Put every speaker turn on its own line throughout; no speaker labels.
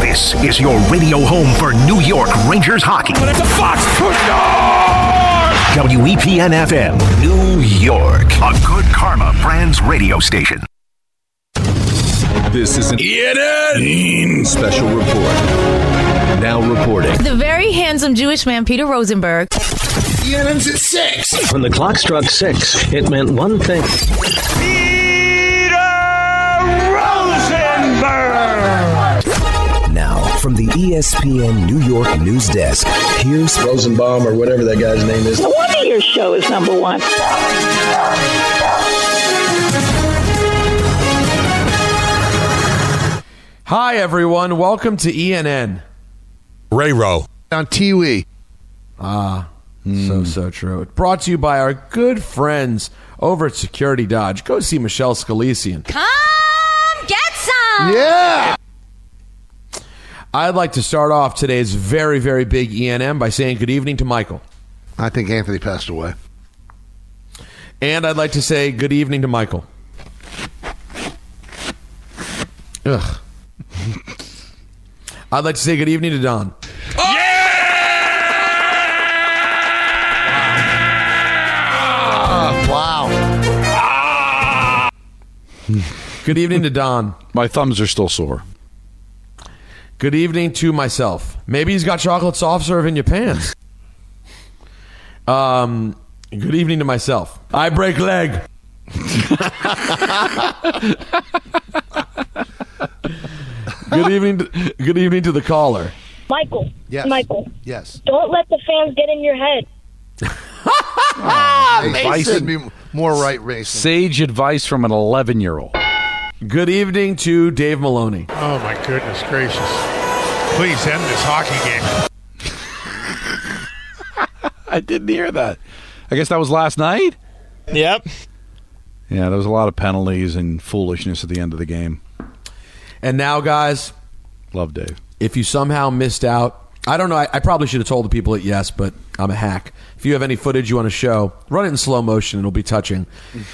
This is your radio home for New York Rangers hockey.
But it's a fox. No!
WEPN FM, New York. A good karma brands radio station.
This is an special report. Now reporting.
The very handsome Jewish man, Peter Rosenberg,
When the clock struck six, it meant one thing.
Peter Rosenberg.
Now, from the
E
ESPN New York news desk, here's
Rosenbaum or whatever that guy's name is.
No wonder your show is number one.
Hi, everyone. Welcome to E ENN.
Ray Row.
on Tiwi.
Ah, So, so true. Brought to you by our good friends over at Security Dodge. Go see Michelle Scalesian.
come get some.
Yeah.
I'd like to start off today's very, very big ENM by saying good evening to Michael.
I think Anthony passed away.
And I'd like to say good evening to Michael. Ugh. I'd like to say good evening to Don.
Wow.
Good evening to Don.
My thumbs are still sore.
Good evening to myself. Maybe he's got chocolate soft serve in your pants. Um, good evening to myself. I break leg. good evening. To, good evening to the caller.
Michael.
Yes.
Michael.
Yes.
Don't let the fans get in your head.
Advice would be more right racing.
Sage advice from an 11 year old.
Good evening to Dave Maloney.
Oh my goodness gracious! Please end this hockey game.
I didn't hear that. I guess that was last night?
Yep.
Yeah, there was a lot of penalties and foolishness at the end of the game.
And now, guys,
Love Dave.
if you somehow missed out, I don't know. I, I probably should have told the people at yes, but I'm a hack. If you have any footage you want to show, run it in slow motion. It'll be touching.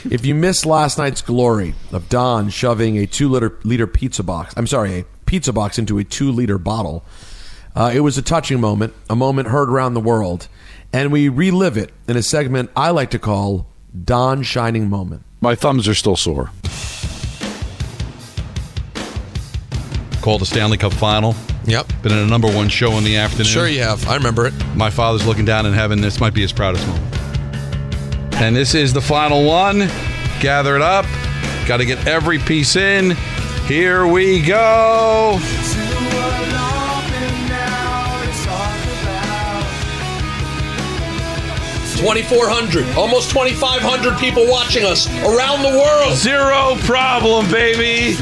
if you missed last night's glory of Don shoving a two liter, liter pizza box, I'm sorry, a pizza box into a two liter bottle, uh, it was a touching moment, a moment heard around the world. And we relive it in a segment I like to call Don Shining Moment.
My thumbs are still sore. Called the Stanley Cup final.
Yep.
Been in a number one show in the afternoon.
have. I remember it.
My father's looking down in heaven. This might be his proudest moment. And this is the final one. Gather it up. Got to get every piece in. Here we go. Zero problem, baby.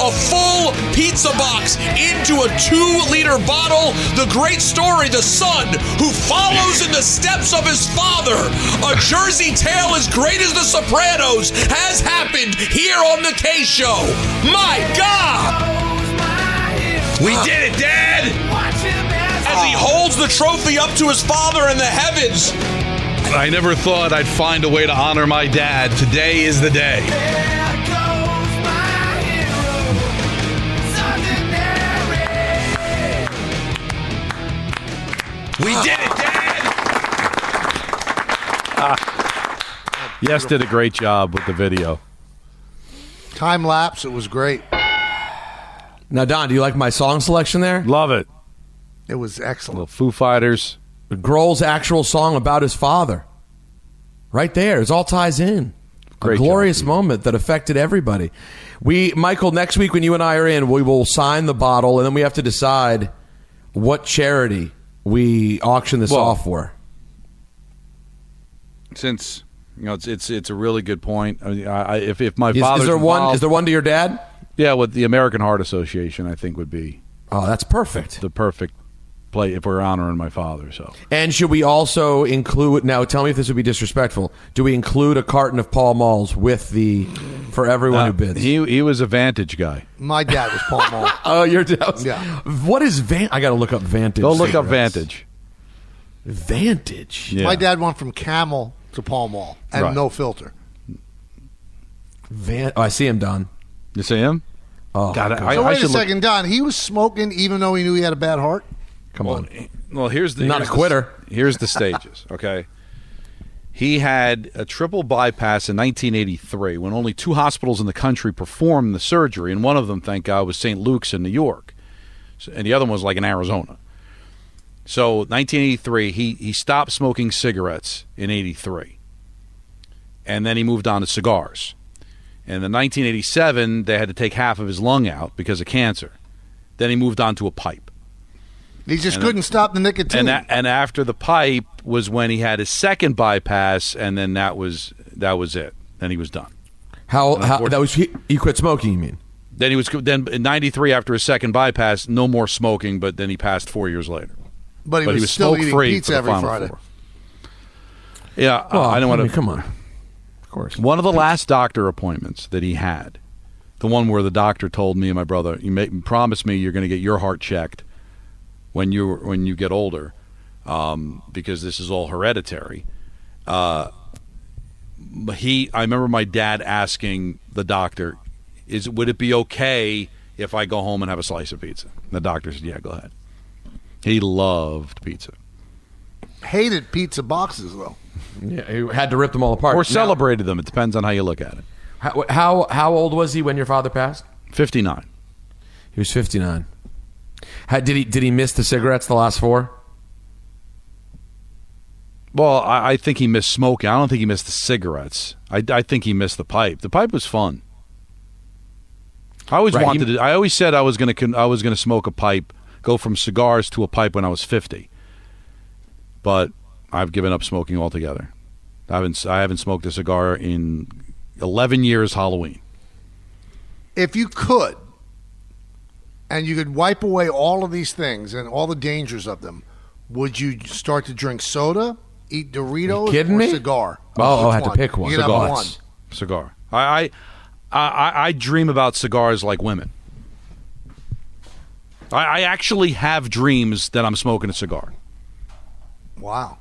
A full pizza box into a two liter bottle. The great story the son who follows in the steps of his father. A Jersey tale as great as The Sopranos has happened here on The K Show. My God! We did it, Dad! As he holds the trophy up to his father in the heavens.
I never thought I'd find a way to honor my dad. Today is the day.
We did it, Dad!
Ah. Yes, did a great job with the video.
Time lapse. It was great.
Now, Don, do you like my song selection there?
Love it.
It was excellent.
Little Foo Fighters.
Grohl's actual song about his father. Right there, it all ties in.
Great
a glorious
job, Pete.
moment that affected everybody. We, Michael, next week when you and I are in, we will sign the bottle, and then we have to decide what charity we auction this
Well-
off for.
Since you know, it's it's it's a really good point. I, mean, I, I- if if my
Is,
father's
is there one?
involved-
Is there one to your dad?
Yeah, with the American Heart Association, I think would be
Oh, that's perfect.
the perfect play if we're honoring my father. So
And should we also include now? Tell me if this would be disrespectful. Do we include a carton of Paul Malls with the for everyone who bids?
Uh, He he was a Vantage guy.
My dad was Paul Mall.
Oh, you're down.
Yeah.
What is van? I got to look up Vantage.
Go look up
cigarettes.
Vantage.
Vantage.
Yeah.
My dad went from Camel to Paul Mall and
Right.
no filter.
Van. Oh, I see him, Don.
You see him?
Oh,
God, I,
So
I
wait a
should look-
second, Don. He was smoking even though he knew he had a bad heart.
come on.
Well, here's the
Not
here's
a quitter.
The, here's the stages. Okay, he had a triple bypass in 1983 when only two hospitals in the country performed the surgery, and one of them, thank God, was St. Luke's in New York, so, and the other one was like in Arizona. So 1983, he he stopped smoking cigarettes in '83, and then he moved on to cigars. And in 1987, they had to take half of his lung out because of cancer. Then he moved on to a pipe.
He just couldn't stop the nicotine.
And that, and after the pipe was when he had his second bypass, and then that was that was it. Then he was done.
How, how that was? He, you quit smoking. You mean?
Then he was then in '93 after his second bypass, no more smoking. But then he passed four years later.
but he
but
was,
he was
still
smoke
eating
free
pizza
for the
every
final
Friday.
four. Yeah, I-
Well,
Uh, I don't want
Oh, mean,
to
Come on. Of course.
One of the last doctor appointments that he had, the one where the doctor told me and my brother, "You may, promise me you're going to get your heart checked when you when you get older, um, because this is all hereditary." Uh, he, I remember my dad asking the doctor, "Is would it be okay if I go home and have a slice of pizza?" And the doctor said, "Yeah, go ahead." He loved pizza
Hated pizza boxes though.
Yeah, you had to rip them all apart.
or
Now,
celebrated them. It depends on how you look at it.
how, how how old was he when your father passed?
Fifty nine.
He was fifty nine. How, did he did he miss the cigarettes the last four?
Well, I, I think he missed smoking. I don't think he missed the cigarettes. I, I think he missed the pipe. The pipe was fun. I always
Right, he-
wanted. to, I always said I was gonna. con- I was gonna smoke a pipe. Go from cigars to a pipe when I was fifty. But I've given up smoking altogether. I haven't. I haven't smoked a cigar in eleven years. Halloween.
If you could, and you could wipe away all of these things and all the dangers of them, would you start to drink soda, eat Doritos,
kidding
or
me?
cigar?
Oh,
Which
I had to pick one.
You could have
Cigars.
one.
Cigar. I, I, I, I dream about cigars like women. I, I actually have dreams that I'm smoking a cigar.
Wow.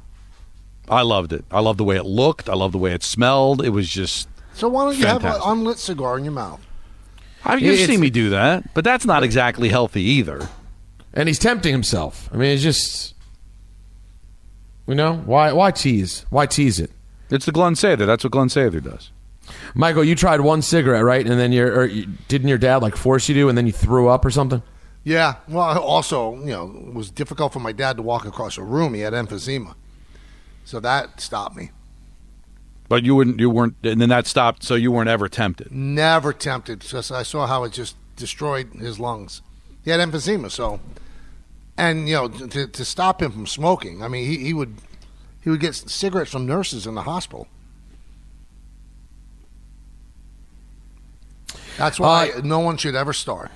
I loved it. I loved the way it looked. I loved the way it smelled. It was just.
So why don't you have
Fantastic.
an unlit cigar in your mouth?
I mean, you've
It's-
seen me do that, but that's not exactly healthy either.
And he's tempting himself. I mean, it's just you know why why tease why tease it.
It's the Glenn Sather. That's what Glenn Sather does.
Michael, you tried one cigarette, right? And then your or you, didn't your dad like force you to, and then you threw up or something?
Yeah. Well, I also, you know, it was difficult for my dad to walk across a room. He had emphysema. So that stopped me.
But you wouldn't. You weren't. And then that stopped. So you weren't ever tempted.
Never tempted because I saw how it just destroyed his lungs. He had emphysema, so and you know to, to stop him from smoking. I mean, he, he would he would get cigarettes from nurses in the hospital. That's why
Uh,
no one should ever start.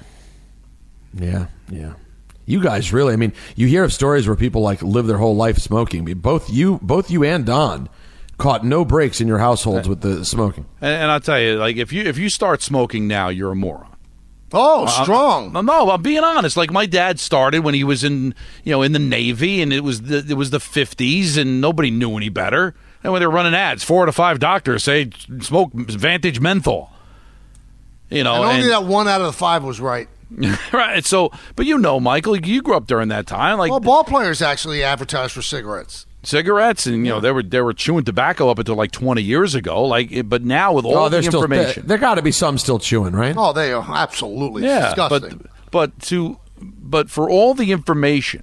Yeah, yeah. You guys really, I mean, you hear of stories where people like live their whole life smoking. I mean, both you, both you and Don, caught no breaks in your households with the smoking.
And, and I'll tell you, like if you if you start smoking now, you're a moron.
Oh, strong.
Uh, No, no, I'm being honest. Like my dad started when he was in, you know, in the Navy, and it was the, it was the 50s, and nobody knew any better. And when they were running ads, four out of five doctors say smoke Vantage menthol. You know,
and only
and-
that one out of the five was right.
right? So, but you know, Michael, you grew up during that time, like
Well, ball players actually advertise for cigarettes.
cigarettes, and you know, they were they were chewing tobacco up until like 20 years ago. Like, it- but now with all the
there's Oh, still
information,
there got to be some still chewing, right?
Oh, they are absolutely disgusting.
But, but to but for all the information,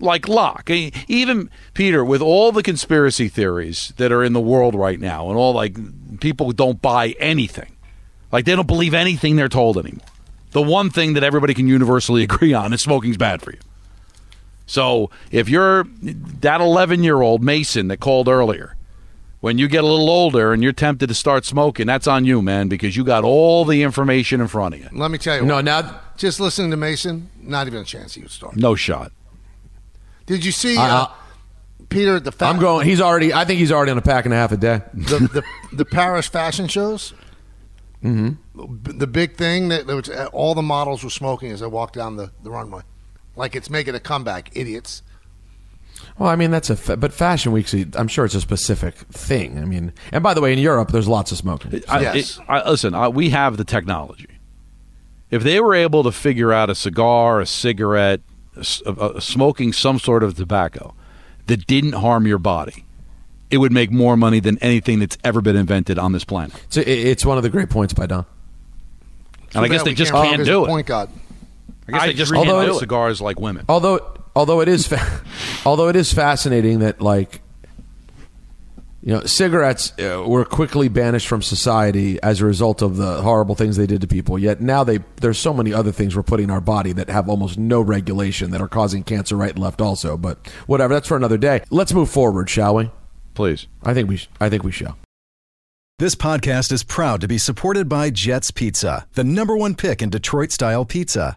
like Locke, e- even Peter, with all the conspiracy theories that are in the world right now, and all like people don't buy anything, like they don't believe anything they're told anymore. The one thing that everybody can universally agree on is smoking's bad for you. So if you're that 11 year old Mason that called earlier, when you get a little older and you're tempted to start smoking, that's on you, man, because you got all the information in front of you.
Let me tell you,
No,
what,
now
just listening to Mason, not even a chance he would start.
No shot.
Did you see uh,
Uh-uh.
Peter the fa-
I'm going. He's already. I think he's already on a pack and a half a day.
the, the the Paris fashion shows?
hmm
B- The big thing that, that was, uh, all the models were smoking as I walked down the, the runway, like it's making a comeback, idiots.
Well, I mean that's a. Fa- but Fashion Week's. a- I'm sure it's a specific thing. I mean, and by the way, in Europe, there's lots of smoking.
I,
Yes.
I, I- listen, I, we have the technology. If they were able to figure out a cigar, a cigarette, a s- a- a- smoking some sort of tobacco that didn't harm your body, it would make more money than anything that's ever been invented on this planet.
So it- it's one of the great points by Don.
and I
Too
guess
bad
they
we
just
remember
can't
his
do it.
Point guard.
I guess they just
agree.
can't
Although
do
it-
cigars like women.
Although, although it is, fa- although it is fascinating that like, you know, cigarettes uh, were quickly banished from society as a result of the horrible things they did to people. Yet now they there's so many other things we're putting in our body that have almost no regulation that are causing cancer right and left also. But whatever, that's for another day. Let's move forward, shall we?
Please.
I think we. Sh- I think we shall.
This podcast is proud to be supported by Jets Pizza, the number one pick in Detroit style pizza.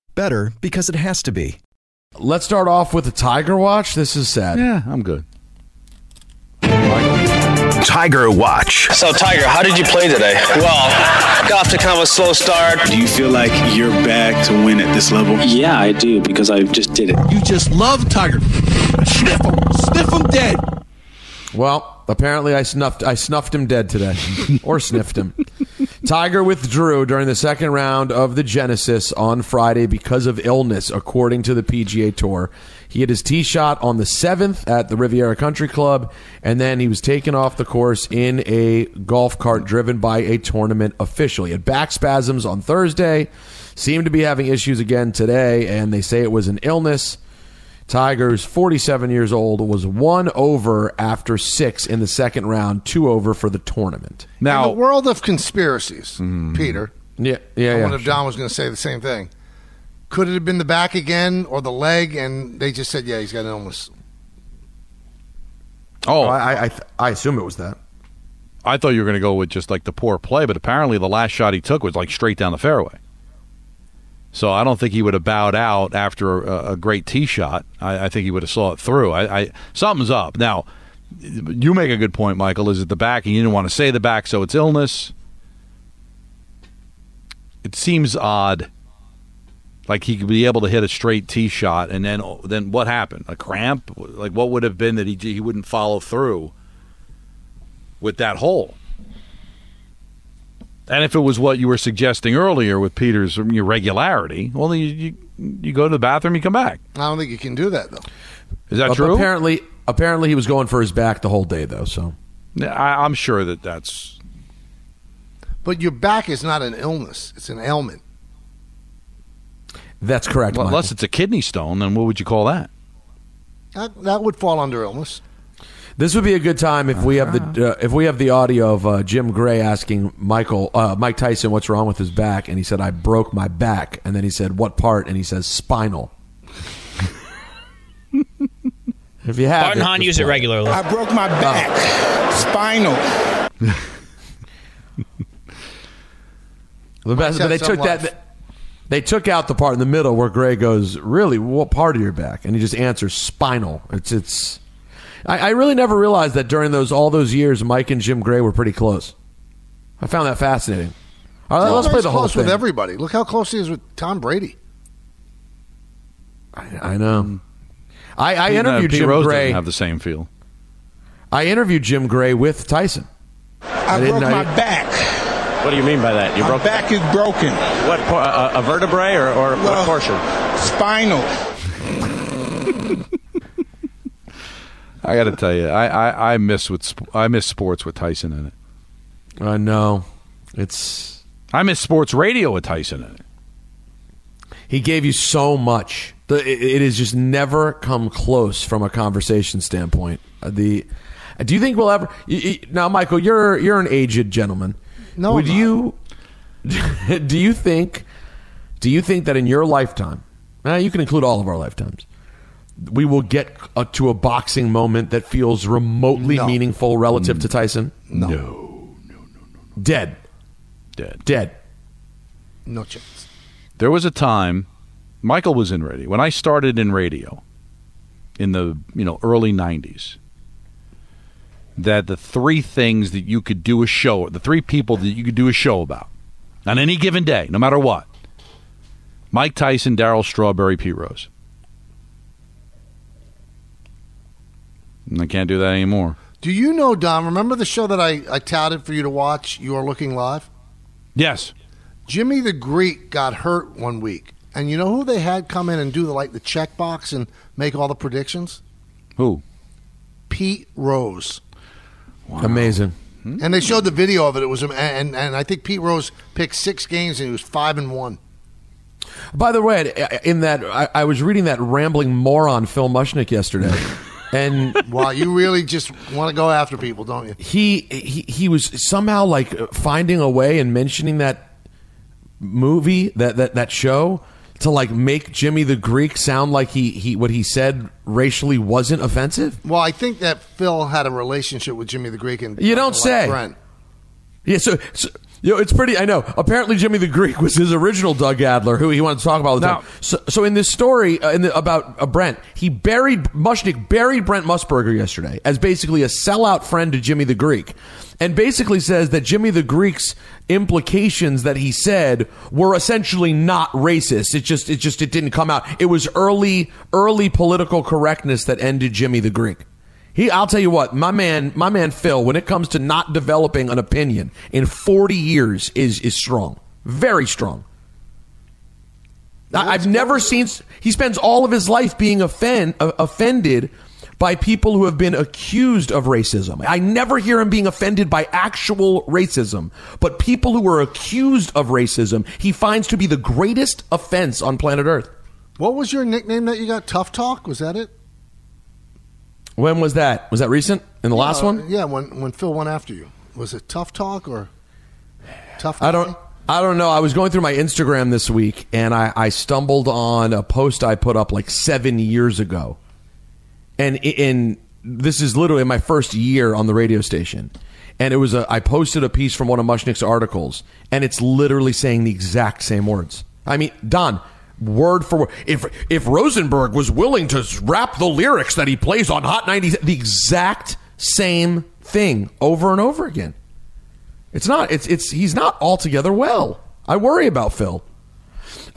Better because it has to be.
Let's start off with a Tiger Watch. This is sad.
Yeah, I'm good.
Tiger Watch.
So, Tiger, how did you play today? Well, got off to kind of a slow start.
Do you feel like you're back to win at this level?
Yeah, I do because I just did it.
You just love Tiger. Sniff him. Sniff him dead.
Well, apparently I snuffed I snuffed him dead today, or sniffed him. Tiger withdrew during the second round of the Genesis on Friday because of illness, according to the PGA Tour. He had his tee shot on the seventh at the Riviera Country Club, and then he was taken off the course in a golf cart driven by a tournament official. He had back spasms on Thursday, seemed to be having issues again today, and they say it was an illness. Tigers, 47 years old, was one over after six in the second round, two over for the tournament.
In the world of conspiracies, Peter.
Yeah, Mm-hmm. yeah,
I
yeah.
wonder if Don was going to say the same thing. Could it have been the back again or the leg? And they just said, yeah, he's got an illness.
Oh,
I, I, I assume it was that.
I thought you were going to go with just like the poor play, but apparently the last shot he took was like straight down the fairway. So I don't think he would have bowed out after a, a great tee shot. I, I think he would have saw it through. I, I something's up. Now, you make a good point, Michael. Is it the back? And you didn't want to say the back, so it's illness. It seems odd. Like he could be able to hit a straight tee shot, and then then what happened? A cramp? Like what would have been that he he wouldn't follow through with that hole? And if it was what you were suggesting earlier with Peter's irregularity, well, you, you you go to the bathroom, you come back.
I don't think you can do that, though.
Is that
But
true?
Apparently, apparently he was going for his back the whole day, though. So
I, I'm sure that that's
But your back is not an illness, it's an ailment.
that's correct.
well,
Michael.
unless it's a kidney stone. Then what would you call that?
That, that would fall under illness.
This would be a good time if we have the uh, if we have the audio of uh, Jim Gray asking Michael uh, Mike Tyson what's wrong with his back, and he said I broke my back, and then he said what part, and he says spinal. if you have,
Barton Hahn
just
used it
play
regularly.
I broke my back. Spinal.
The
Mike's
best, but they
had
took
some
that.
life.
They took out the part in the middle where Gray goes, "Really, what part of your back?" And he just answers, "Spinal." It's it's. I, I really never realized that during those all those years, Mike and Jim Gray were pretty close. I found that fascinating. All right,
Tom
let's play
Brady's
the whole
close
thing.
with everybody. Look how close he is with Tom Brady.
I know. I, I
Pete- no,
interviewed
Mm. uh, Pete
Jim
Rose
Gray.
Doesn't have the same feel.
I interviewed Jim Gray with Tyson.
I,
didn't
broke
know
my
you-
back.
What do you mean by that? You
My
broke
back is broken.
what? por- A, a vertebrae or, or
Well,
what portion?
Spinal.
I got to tell you, I, I, I miss with sp- I miss sports with Tyson in it.
I know. It's
I miss sports radio with Tyson in it.
he gave you so much. The, it, it has just never come close from a conversation standpoint. Uh, The do you think we'll ever y- y- now, Michael? You're you're an aged gentleman.
No,
would
I'm
you? do you think? Do you think that in your lifetime, eh, you can include all of our lifetimes, we will get uh, to a boxing moment that feels remotely
No. Mm.
meaningful relative to Tyson?
No. No,
Dead.
Dead.
Dead.
No chance.
There was a time Michael was in radio. When I started in radio in the, you know, early 90s, that the three things that you could do a show, the three people that you could do a show about on any given day, no matter what. Mike Tyson, Daryl Strawberry, P. Rose. And I can't do that anymore.
Do you know, Don, remember the show that I, I touted for you to watch, You Are Looking Live?
Yes.
Jimmy the Greek got hurt one week. And you know who they had come in and do the like the checkbox and make all the predictions?
Who?
Pete Rose.
Amazing.
And they showed the video of it. It was and and I think Pete Rose picked six games and he was five and one.
By the way, in that I, I was reading that rambling moron Phil Mushnick yesterday, and
Wow, you really just want to go after people, don't you?
he he he was somehow like finding a way and mentioning that movie that that that show to like make Jimmy the Greek sound like he he what he said racially wasn't offensive.
Well, I think that Phil had a relationship with Jimmy the Greek and
You don't
like
say.
Brent.
Yeah, so. so you know, it's pretty. I know. Apparently, Jimmy the Greek was his original Doug Adler, who he wanted to talk about all the time. So, so in this story uh, in the, about uh, Brent, he buried Mushnick buried Brent Musburger yesterday as basically a sellout friend to Jimmy the Greek, and basically says that Jimmy the Greek's implications that he said were essentially not racist. It just, it just, it didn't come out. It was early, early political correctness that ended Jimmy the Greek. He, I'll tell you what, my man, my man Phil, when it comes to not developing an opinion in 40 years, is is strong, very strong. I, I've never seen. s- He spends all of his life being offend uh, offended by people who have been accused of racism. I never hear him being offended by actual racism, but people who are accused of racism, he finds to be the greatest offense on planet Earth.
What was your nickname that you got? Tough Talk? Was that it?
When was that? Was that recent? In the last
Uh,
one?
Yeah, when when Phil went after you. Was it Tough Talk or Tough
I don't. I don't know. I was going through my Instagram this week, and I, I stumbled on a post I put up like seven years ago, and i- in this is literally my first year on the radio station, and it was a I posted a piece from one of Mushnick's articles, and it's literally saying the exact same words. I mean, Don, word for word. If if Rosenberg was willing to rap the lyrics that he plays on Hot 90, the exact same thing over and over again. It's not. It's it's he's not altogether well. I worry about Phil.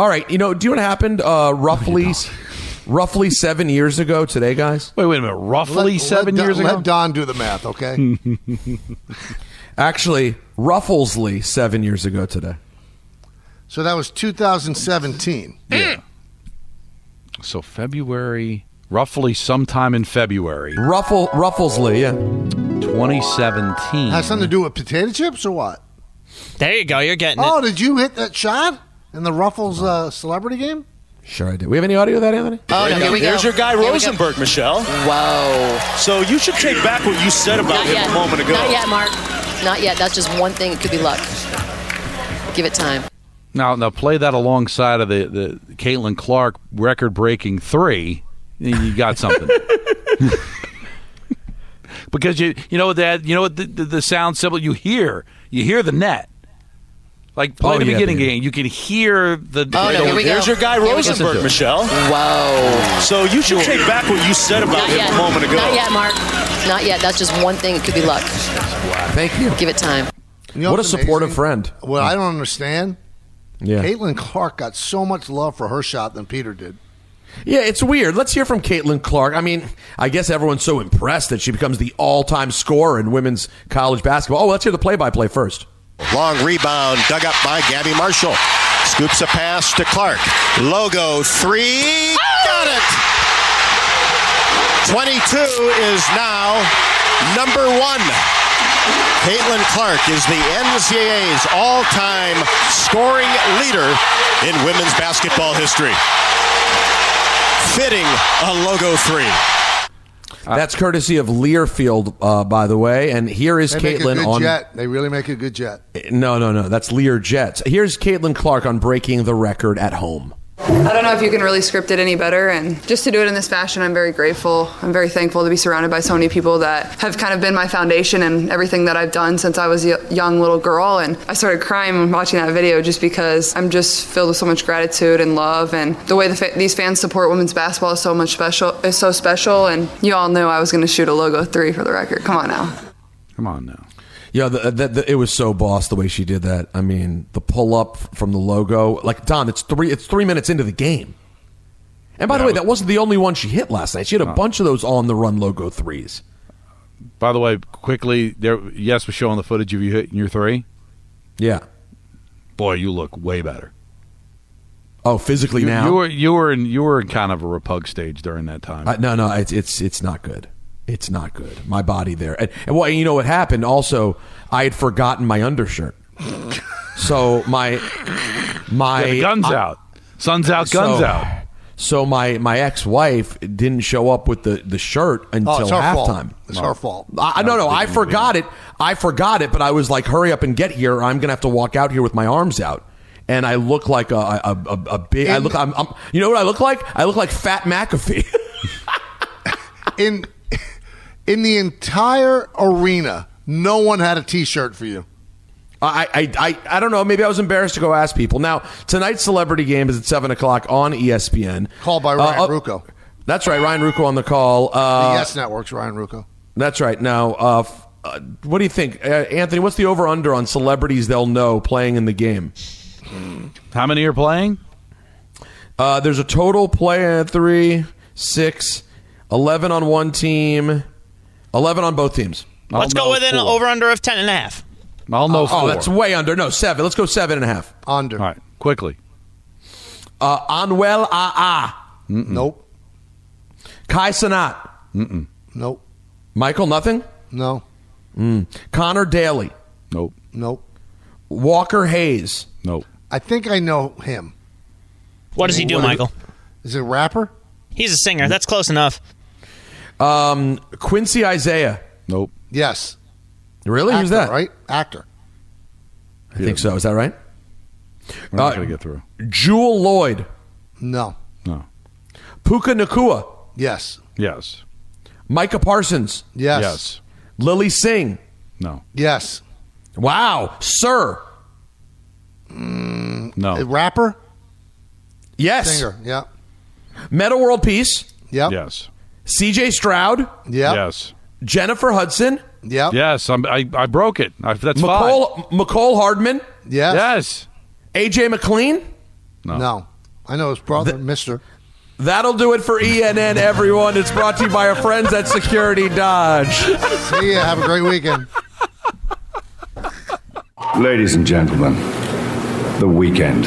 All right, you know, do you know what happened? Uh, roughly, roughly seven years ago today, guys.
Wait, wait a minute. Roughly seven
Don,
years
let
ago.
Don do the math, okay?
Actually, Rufflesley seven years ago today.
so that was 2017.
Yeah. So February, roughly sometime in February.
Ruffle Rufflesley, yeah.
2017.
Has something to do with potato chips or what?
There you go. You're getting
oh,
it.
did you hit that shot in the Ruffles uh, celebrity game?
Sure, I did. We have any audio of that, Anthony?
Oh, no, here we go.
There's your guy
Here we go.
Rosenberg, Michelle. Wow. So you should take back what you said about
Not
him
yet.
a moment ago.
Not yet, Mark. Not yet. That's just one thing. It could be luck. Give it time.
Now, now play that alongside of the, the Caitlin Clark record breaking three. and You got something. because you you know what that you know what the, the, the sound symbol you hear you hear the net. Like play
Oh,
the
yeah,
beginning
dude.
game, you can hear the.
Oh, no,
the-
here we There's go. your guy, Here we go. Rosenberg, Michelle.
Wow.
So you should take back what you said about
Not
him
yet.
a moment ago.
Not yet, Mark. Not yet. That's just one thing. It could be luck.
Thank you.
Give it time.
what a supportive friend.
What I don't understand,
Yeah.
Caitlin Clark got so much love for her shot than Peter did.
Yeah, it's weird. Let's hear from Caitlin Clark. I mean, I guess everyone's so impressed that she becomes the all-time scorer in women's college basketball. Oh, let's hear the play-by-play first.
Long rebound dug up by Gabby Marshall. Scoops a pass to Clark. Logo three. Got it. 22 is now number one. Caitlin Clark is the NCAA's all time scoring leader in women's basketball history. fitting a logo three.
Uh,
That's courtesy of Learfield, uh, by the way. And here is
they make a
Caitlin
good
on. Eh,
jet. They really make a good jet.
No, no, no. That's Lear Jets. Here's Caitlin Clark on breaking the record at home.
I don't know if you can really script it any better. And just to do it in this fashion, I'm very grateful. I'm very thankful to be surrounded by so many people that have kind of been my foundation and everything that I've done since I was a young little girl. And I started crying when watching that video just because I'm just filled with so much gratitude and love. And the way the fa- these fans support women's basketball is so much special. Is so special. And you all knew I was going to shoot a logo three for the record. Come on now.
Come on now.
Yeah, the, the, the, it was so boss the way she did that. I mean, the pull up from the logo. Like Don, it's three. It's three minutes into the game. And by the way, that wasn't the only one she hit last night. She had a bunch of those on the run logo threes.
By the way, quickly, there. Yes, we're showing the footage of you hitting your three.
Yeah.
Boy, you look way better.
Oh, physically
you,
now.
you were you were in you were in kind of a repug stage during that time.
Uh, no, no, it's it's it's not good. It's not good. My body there, and, and well, you know what happened? Also, I had forgotten my undershirt, so my my
Yeah, the guns
I-
out. Sun's out, guns
so-
out.
So my my ex wife didn't show up with the the shirt until
Oh, it's her fault.
halftime.
It's her fault.
I, I- no, no, I forgot it. I forgot it, but I was like, "Hurry up and get here! Or I'm gonna have to walk out here with my arms out." And I look like a a, a, a big. I look. I'm, I'm. You know what I look like? I look like Fat McAfee.
in in the entire arena, no one had a T-shirt for you.
I, I, I, I don't know. Maybe I was embarrassed to go ask people. Now tonight's celebrity game is at seven o'clock on E ESPN. Called
by Ryan Rucco.
Uh, That's right, Ryan Rucco on the call. Uh,
the Yes Network's Ryan Rucco.
That's right. Now, uh, f- uh, what do you think, uh, Anthony? What's the over under on celebrities they'll know playing in the game?
How many are playing?
Uh, there's a total play uh, three, six, 11 on one team, 11 on both teams.
Let's go with an over under of 10 and a half.
I'll know
know. Oh,
four.
that's way under. No, seven. Let's go seven and a half.
Under.
All right, quickly.
Uh, Anuel Ah
Nope.
Kai Sanat.
Mm-mm.
Nope.
Michael, nothing?
No.
Mm. Connor Daly.
Nope.
Nope.
Walker Hayes.
Nope.
I think I know him.
What does he do,
What is-
Michael?
Is it a rapper?
He's a singer. That's close enough.
Um, Quincy Isaiah.
Nope.
Yes.
Really? Who's
Actor,
that?
Right? Actor.
I think so. Is that right?
We're not
Uh,
gonna get through.
Jewel Lloyd.
No.
No.
Puka Nakua.
Yes.
Yes.
Micah Parsons.
Yes.
Yes.
Lily Singh.
No.
Yes.
Wow. Sir.
No.
A rapper?
Yes.
Singer. Yeah.
Meta World Peace.
Yep.
Yes.
CJ Stroud.
Yep.
Yes.
Jennifer Hudson.
Yep.
Yes. I'm, I I broke it. I, that's five.
McCall, McCall Hardman.
Yes.
Yes.
AJ McLean.
No.
No. I know his brother, Mister.
That'll do it for ENN, everyone. It's brought to you by our friends at Security Dodge.
See ya. Have a great weekend.
Ladies and gentlemen, the weekend.